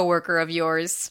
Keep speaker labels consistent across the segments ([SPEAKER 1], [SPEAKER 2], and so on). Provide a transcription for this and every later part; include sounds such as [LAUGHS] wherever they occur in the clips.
[SPEAKER 1] coworker of yours.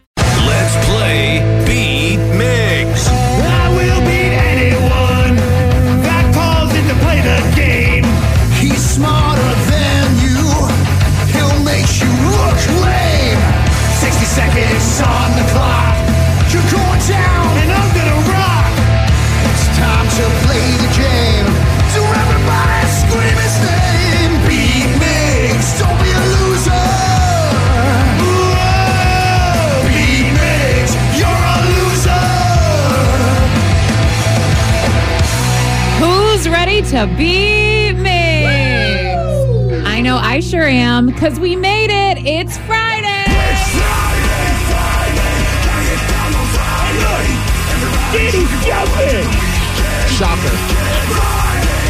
[SPEAKER 2] Let's play Beat Mix.
[SPEAKER 3] I will beat anyone that calls in to play the game.
[SPEAKER 2] He's smarter than you. He'll make you look lame.
[SPEAKER 3] 60 seconds on the clock,
[SPEAKER 2] You're going down.
[SPEAKER 3] and I'm gonna rock.
[SPEAKER 2] It's time to play the game. So everybody scream his name. Beat Mix. Don't be a loser. Whoa. Beat Mix. You're a loser.
[SPEAKER 4] Who's ready to be me? I know I sure am because we made it. It's Friday.
[SPEAKER 3] Diddy jumping.
[SPEAKER 5] Shocker.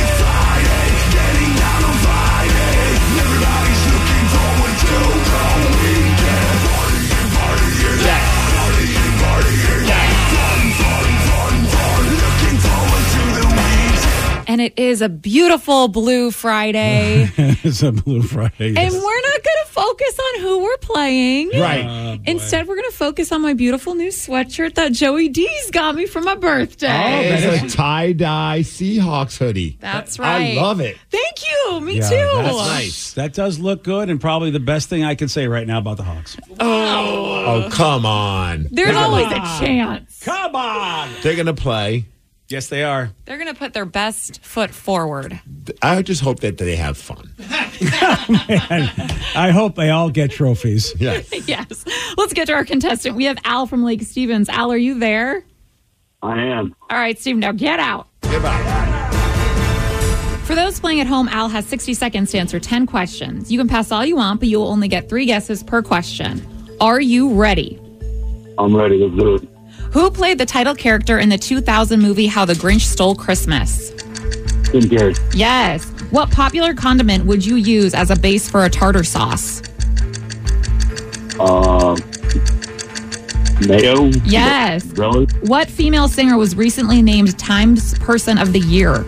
[SPEAKER 4] And it is a beautiful blue Friday.
[SPEAKER 6] it's a Blue Friday.
[SPEAKER 4] and we're not going to focus on who we're playing.
[SPEAKER 6] right.
[SPEAKER 4] Ah, Instead, we're going to focus on my beautiful new sweatshirt that Joey D's got me for my birthday.
[SPEAKER 5] It's a tie dye Seahawks hoodie.
[SPEAKER 4] That's
[SPEAKER 5] I
[SPEAKER 4] right.
[SPEAKER 5] love it.
[SPEAKER 4] Thank you. Me
[SPEAKER 6] Yeah,
[SPEAKER 4] too.
[SPEAKER 6] that's
[SPEAKER 5] Nice.
[SPEAKER 6] That does look good, and probably the best thing I can say right now about the Hawks.
[SPEAKER 5] Oh, come on.
[SPEAKER 4] There's always a chance.
[SPEAKER 6] Come on.
[SPEAKER 5] They're going to play.
[SPEAKER 6] Yes, they are.
[SPEAKER 4] They're going to put their best foot forward.
[SPEAKER 5] I just hope that they
[SPEAKER 4] [LAUGHS]
[SPEAKER 5] have fun.
[SPEAKER 6] I hope they all get trophies.
[SPEAKER 5] Yes.
[SPEAKER 4] Yes. Let's get to our contestant. We have Al from Lake Stevens. Al, are you there?
[SPEAKER 7] I am.
[SPEAKER 4] All right, Steve, now get out. For those playing at home, Al has 60 seconds to answer 10 questions. You can pass all you want, but you will only get three guesses per question. Are you ready?
[SPEAKER 7] I'm ready. Let's do it.
[SPEAKER 4] Who played the title character in the 2000 movie How the Grinch Stole Christmas?
[SPEAKER 7] Jim Carrey.
[SPEAKER 4] Yes. What popular condiment would you use as a base for a tartar sauce?
[SPEAKER 7] Um, mayo.
[SPEAKER 4] Yes.
[SPEAKER 7] Relish.
[SPEAKER 4] What female singer was recently named Times Person of the Year?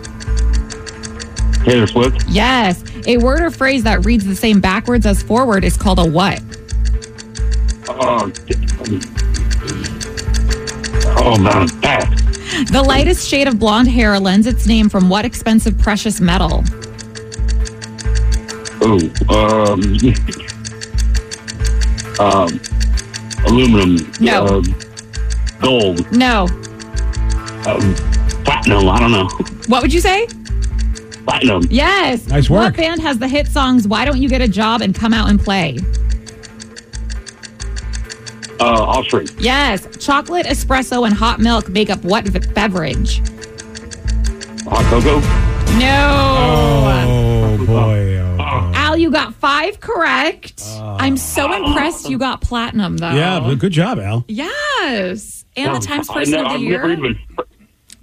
[SPEAKER 7] Taylor Swift.
[SPEAKER 4] Yes. A word or phrase that reads the same backwards as forward is called a what?
[SPEAKER 7] Oh, d- oh man, pass.
[SPEAKER 4] The lightest shade of blonde hair lends its name from what expensive precious metal?
[SPEAKER 7] Oh, um, [LAUGHS] um, aluminum.
[SPEAKER 4] No.
[SPEAKER 7] um, gold.
[SPEAKER 4] No.
[SPEAKER 7] Um, platinum. I don't know.
[SPEAKER 4] What would you say?
[SPEAKER 7] Platinum.
[SPEAKER 4] Yes.
[SPEAKER 6] Nice
[SPEAKER 4] What
[SPEAKER 6] work.
[SPEAKER 4] band has the hit songs Why Don't You Get a Job and Come Out and Play?
[SPEAKER 7] Uh, offspring.
[SPEAKER 4] Yes. Chocolate, espresso, and hot milk make up what v- beverage?
[SPEAKER 7] Hot cocoa.
[SPEAKER 4] No.
[SPEAKER 6] Oh boy.
[SPEAKER 4] Al, you got five correct. I'm so impressed you got platinum, though.
[SPEAKER 6] Oh. Yeah, but good job, Al.
[SPEAKER 4] Yes. And the Times
[SPEAKER 7] I
[SPEAKER 4] Person
[SPEAKER 7] never-
[SPEAKER 4] of the
[SPEAKER 7] I've
[SPEAKER 4] Year.
[SPEAKER 7] Never even,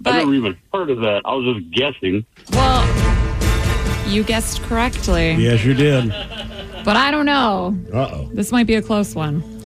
[SPEAKER 4] But-
[SPEAKER 7] I never even heard of that. I was just guessing.
[SPEAKER 4] Well, you guessed correctly,
[SPEAKER 6] Yes, you did.
[SPEAKER 4] but I don't know.
[SPEAKER 5] Uh oh.
[SPEAKER 4] This might be a close one.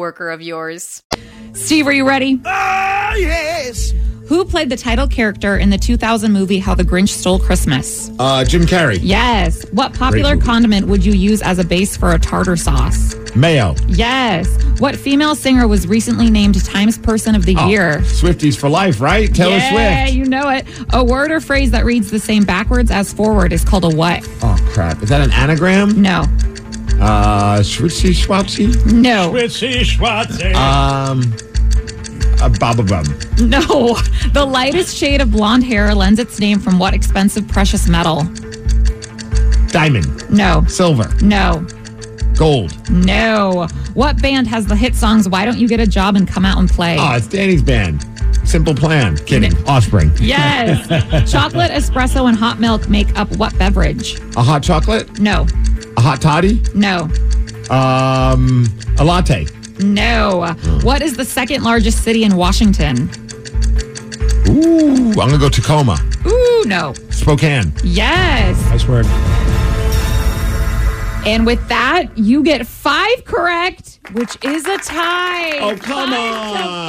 [SPEAKER 1] coworker of yours?
[SPEAKER 4] Steve, are you ready?
[SPEAKER 2] Ah, yes.
[SPEAKER 4] Who played the title character in the 2000 movie How the Grinch Stole Christmas?
[SPEAKER 5] Uh, Jim Carrey.
[SPEAKER 4] Yes. What popular
[SPEAKER 5] movie.
[SPEAKER 4] condiment would you use as a base for a tartar sauce?
[SPEAKER 5] Mayo.
[SPEAKER 4] Yes. What female singer was recently named Times Person of the Year?
[SPEAKER 5] Swifties for life, right? Oh. Taylor
[SPEAKER 4] yeah,
[SPEAKER 5] Swift.
[SPEAKER 4] you know it. A word or phrase that reads the same backwards as forward is called a what?
[SPEAKER 5] Oh, crap. Is that an anagram?
[SPEAKER 4] No.
[SPEAKER 5] Uh, Switzy Swapsy?
[SPEAKER 4] No.
[SPEAKER 6] Ritzy Schwartz.
[SPEAKER 5] Um, uh, Baba Bub.
[SPEAKER 4] No. [LAUGHS] The lightest shade of blonde hair lends its name from what expensive precious metal?
[SPEAKER 5] Diamond.
[SPEAKER 4] No.
[SPEAKER 5] Silver.
[SPEAKER 4] No.
[SPEAKER 5] Gold.
[SPEAKER 4] No. What band has the hit songs Why Don't You Get a Job and Come Out and Play?
[SPEAKER 5] Oh, it's Danny's band. Simple Plan. Kidding. Offspring.
[SPEAKER 4] Yes.
[SPEAKER 5] [LAUGHS]
[SPEAKER 4] Chocolate, espresso, and hot milk make up what beverage?
[SPEAKER 5] A hot chocolate.
[SPEAKER 4] No.
[SPEAKER 5] A hot toddy.
[SPEAKER 4] No.
[SPEAKER 5] Um, a latte.
[SPEAKER 4] No. What is the second largest city in Washington?
[SPEAKER 5] Ooh, I'm gonna go Tacoma.
[SPEAKER 4] Ooh, no.
[SPEAKER 5] Spokane.
[SPEAKER 4] Yes.
[SPEAKER 6] Nice work.
[SPEAKER 4] And with that, you get five correct, which is a tie.
[SPEAKER 5] Oh, come
[SPEAKER 4] Five to
[SPEAKER 5] on.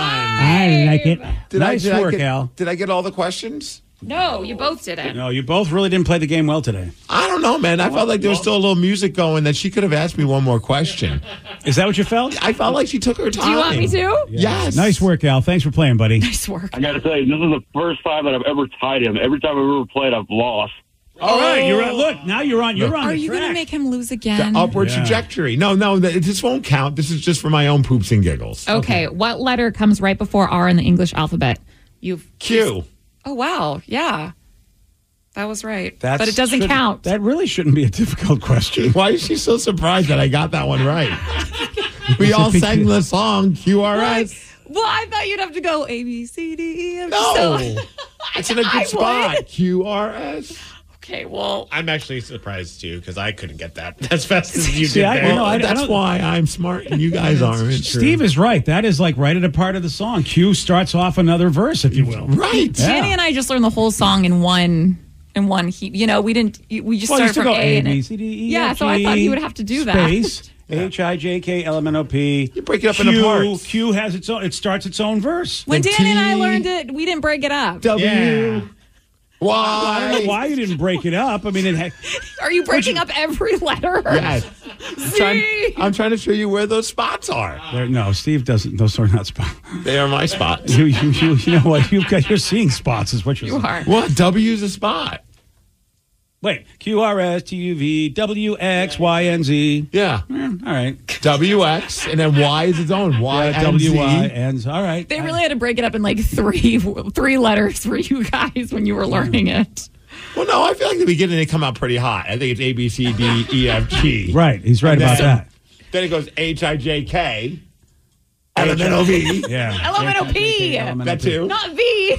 [SPEAKER 4] five.
[SPEAKER 6] nice
[SPEAKER 5] did
[SPEAKER 6] work,
[SPEAKER 5] get,
[SPEAKER 6] Al.
[SPEAKER 5] Did I get all the questions?
[SPEAKER 4] No, you both did it.
[SPEAKER 6] No, you both really didn't play the game well today.
[SPEAKER 5] I don't know, man. I felt like there was still a little music going that she could have asked me one more question.
[SPEAKER 6] Is that what you felt?
[SPEAKER 5] I felt like she took her time.
[SPEAKER 4] Do you want me to?
[SPEAKER 5] Yes.
[SPEAKER 6] Nice work, Al. Thanks for playing, buddy.
[SPEAKER 4] Nice work.
[SPEAKER 7] I got to say, this is the first time that I've ever tied him. Every time I've ever played, I've lost.
[SPEAKER 6] All right, you're on. Look, now you're on. You're on.
[SPEAKER 4] Are
[SPEAKER 6] the
[SPEAKER 4] you going to
[SPEAKER 6] track.
[SPEAKER 4] make him lose again?
[SPEAKER 5] The upward
[SPEAKER 6] Yeah.
[SPEAKER 5] trajectory. No, no, th- this won't count. This is just for my own poops and giggles.
[SPEAKER 4] Okay, what letter comes right before R in the English alphabet? You've
[SPEAKER 5] Q.
[SPEAKER 4] Oh wow, yeah. That was right.
[SPEAKER 6] That's-
[SPEAKER 4] but it doesn't
[SPEAKER 6] shouldn't-
[SPEAKER 4] count.
[SPEAKER 6] That really shouldn't be a difficult question.
[SPEAKER 5] Why is she so surprised that I got that one
[SPEAKER 4] [LAUGHS]
[SPEAKER 5] right? we all [LAUGHS] sang the song QRS.
[SPEAKER 4] well, I thought you'd have to go A B C D E F.
[SPEAKER 5] No. It's in a good
[SPEAKER 4] [LAUGHS] I would.
[SPEAKER 5] spot. QRS.
[SPEAKER 4] Okay, well,
[SPEAKER 8] I'm actually surprised too because I couldn't get that as fast as you did.
[SPEAKER 6] See, I-
[SPEAKER 8] there.
[SPEAKER 6] you know, I-
[SPEAKER 5] [LAUGHS] that's
[SPEAKER 6] don't-
[SPEAKER 5] why I'm smart and you guys aren't.
[SPEAKER 6] Steve is right. That is like right at a part of the song. Q starts off another verse, if you will.
[SPEAKER 5] right.
[SPEAKER 4] Danny and I just learned the whole song in one in one heat. You know, we didn't. We just
[SPEAKER 6] Well, you
[SPEAKER 4] started
[SPEAKER 6] still
[SPEAKER 4] from
[SPEAKER 6] go
[SPEAKER 4] A,
[SPEAKER 6] A,
[SPEAKER 4] and
[SPEAKER 6] B,
[SPEAKER 4] it-
[SPEAKER 6] C, D, E,
[SPEAKER 4] Yeah,
[SPEAKER 6] F,
[SPEAKER 4] so I
[SPEAKER 6] G,
[SPEAKER 4] thought he would have to do that.
[SPEAKER 5] [LAUGHS]
[SPEAKER 6] Space, H, I, J, K, L, M, N, O, P. You
[SPEAKER 5] break it up into parts.
[SPEAKER 6] Q has its own, it starts its own verse.
[SPEAKER 4] When
[SPEAKER 5] The
[SPEAKER 4] Danny and I
[SPEAKER 5] T.
[SPEAKER 4] learned it, we didn't break it up.
[SPEAKER 5] W.
[SPEAKER 8] Yeah.
[SPEAKER 5] Why?
[SPEAKER 6] I don't know why you didn't break it up. I mean, it had,
[SPEAKER 4] Are you breaking up every letter? [LAUGHS]
[SPEAKER 5] Yes. I'm, trying,
[SPEAKER 4] Steve.
[SPEAKER 5] I'm trying to show you where those spots are.
[SPEAKER 6] there, no, Steve doesn't. Those are not spots.
[SPEAKER 5] They are my spots.
[SPEAKER 6] [LAUGHS] You, you, you, you know what? You've got, you're seeing spots, is what you're
[SPEAKER 4] You
[SPEAKER 6] saying.
[SPEAKER 4] are.
[SPEAKER 5] What? W's a spot.
[SPEAKER 6] Wait, Q, R, S, T, U, V, W, X, Y, N, Z.
[SPEAKER 5] Yeah.
[SPEAKER 6] Mm, All right.
[SPEAKER 5] WX and then Y is its own. Y
[SPEAKER 6] Uh,
[SPEAKER 5] and Z.
[SPEAKER 6] W, Y, N, Z. All right.
[SPEAKER 4] They really had to break it up in like three three letters for you guys when you were learning it.
[SPEAKER 5] Well, no, I feel like in the beginning they come out pretty hot. I think it's A B C D E F G.
[SPEAKER 6] Right. He's right
[SPEAKER 5] And
[SPEAKER 6] about
[SPEAKER 5] then-
[SPEAKER 6] that.
[SPEAKER 5] Then it goes H I J K. Elemental V.
[SPEAKER 6] Yeah.
[SPEAKER 4] LMNOP,
[SPEAKER 5] That too.
[SPEAKER 4] not V.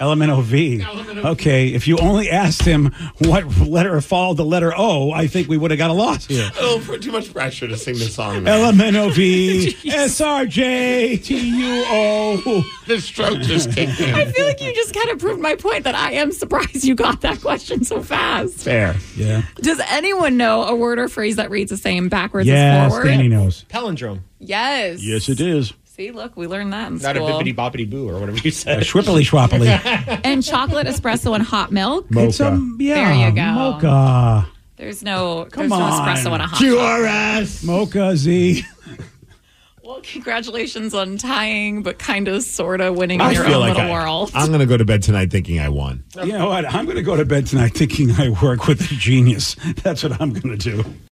[SPEAKER 6] LMNOV. Okay, if you only asked him what letter followed the letter O, I think we would have got a loss here.
[SPEAKER 5] A little put too much pressure to sing this song. man.
[SPEAKER 6] [LAUGHS] LMNOV, SRJ, TUO.
[SPEAKER 5] the stroke just kicked in.
[SPEAKER 4] I feel like you just kind of proved my point that I am surprised you got that question so fast.
[SPEAKER 5] [LAUGHS] Fair.
[SPEAKER 6] Yeah.
[SPEAKER 4] Does anyone know a word or phrase that reads the same backwards as
[SPEAKER 6] Yes,
[SPEAKER 4] forward?
[SPEAKER 6] Danny knows.
[SPEAKER 8] Palindrome.
[SPEAKER 4] Yes.
[SPEAKER 6] it is.
[SPEAKER 4] See, look, we learned that in
[SPEAKER 8] Not a
[SPEAKER 4] school.
[SPEAKER 8] bippity boppity boo or whatever you
[SPEAKER 5] [LAUGHS]
[SPEAKER 8] said.
[SPEAKER 6] Schwippily
[SPEAKER 4] [LAUGHS]
[SPEAKER 6] schwappily.
[SPEAKER 4] and chocolate espresso and hot milk.
[SPEAKER 6] It's a, yeah,
[SPEAKER 4] There you go.
[SPEAKER 6] Mocha.
[SPEAKER 4] There's no
[SPEAKER 6] Come
[SPEAKER 4] there's no
[SPEAKER 6] on.
[SPEAKER 4] espresso and a hot milk.
[SPEAKER 5] QRS.
[SPEAKER 6] Mocha Z.
[SPEAKER 4] Well, congratulations on tying, but kind of sort of winning in
[SPEAKER 5] I
[SPEAKER 4] your
[SPEAKER 5] feel
[SPEAKER 4] own
[SPEAKER 5] like
[SPEAKER 4] little
[SPEAKER 5] I,
[SPEAKER 4] world.
[SPEAKER 5] I'm going to go to bed tonight thinking I won.
[SPEAKER 6] You know what? I'm going to go to bed tonight thinking I work with a genius. That's what I'm going to do.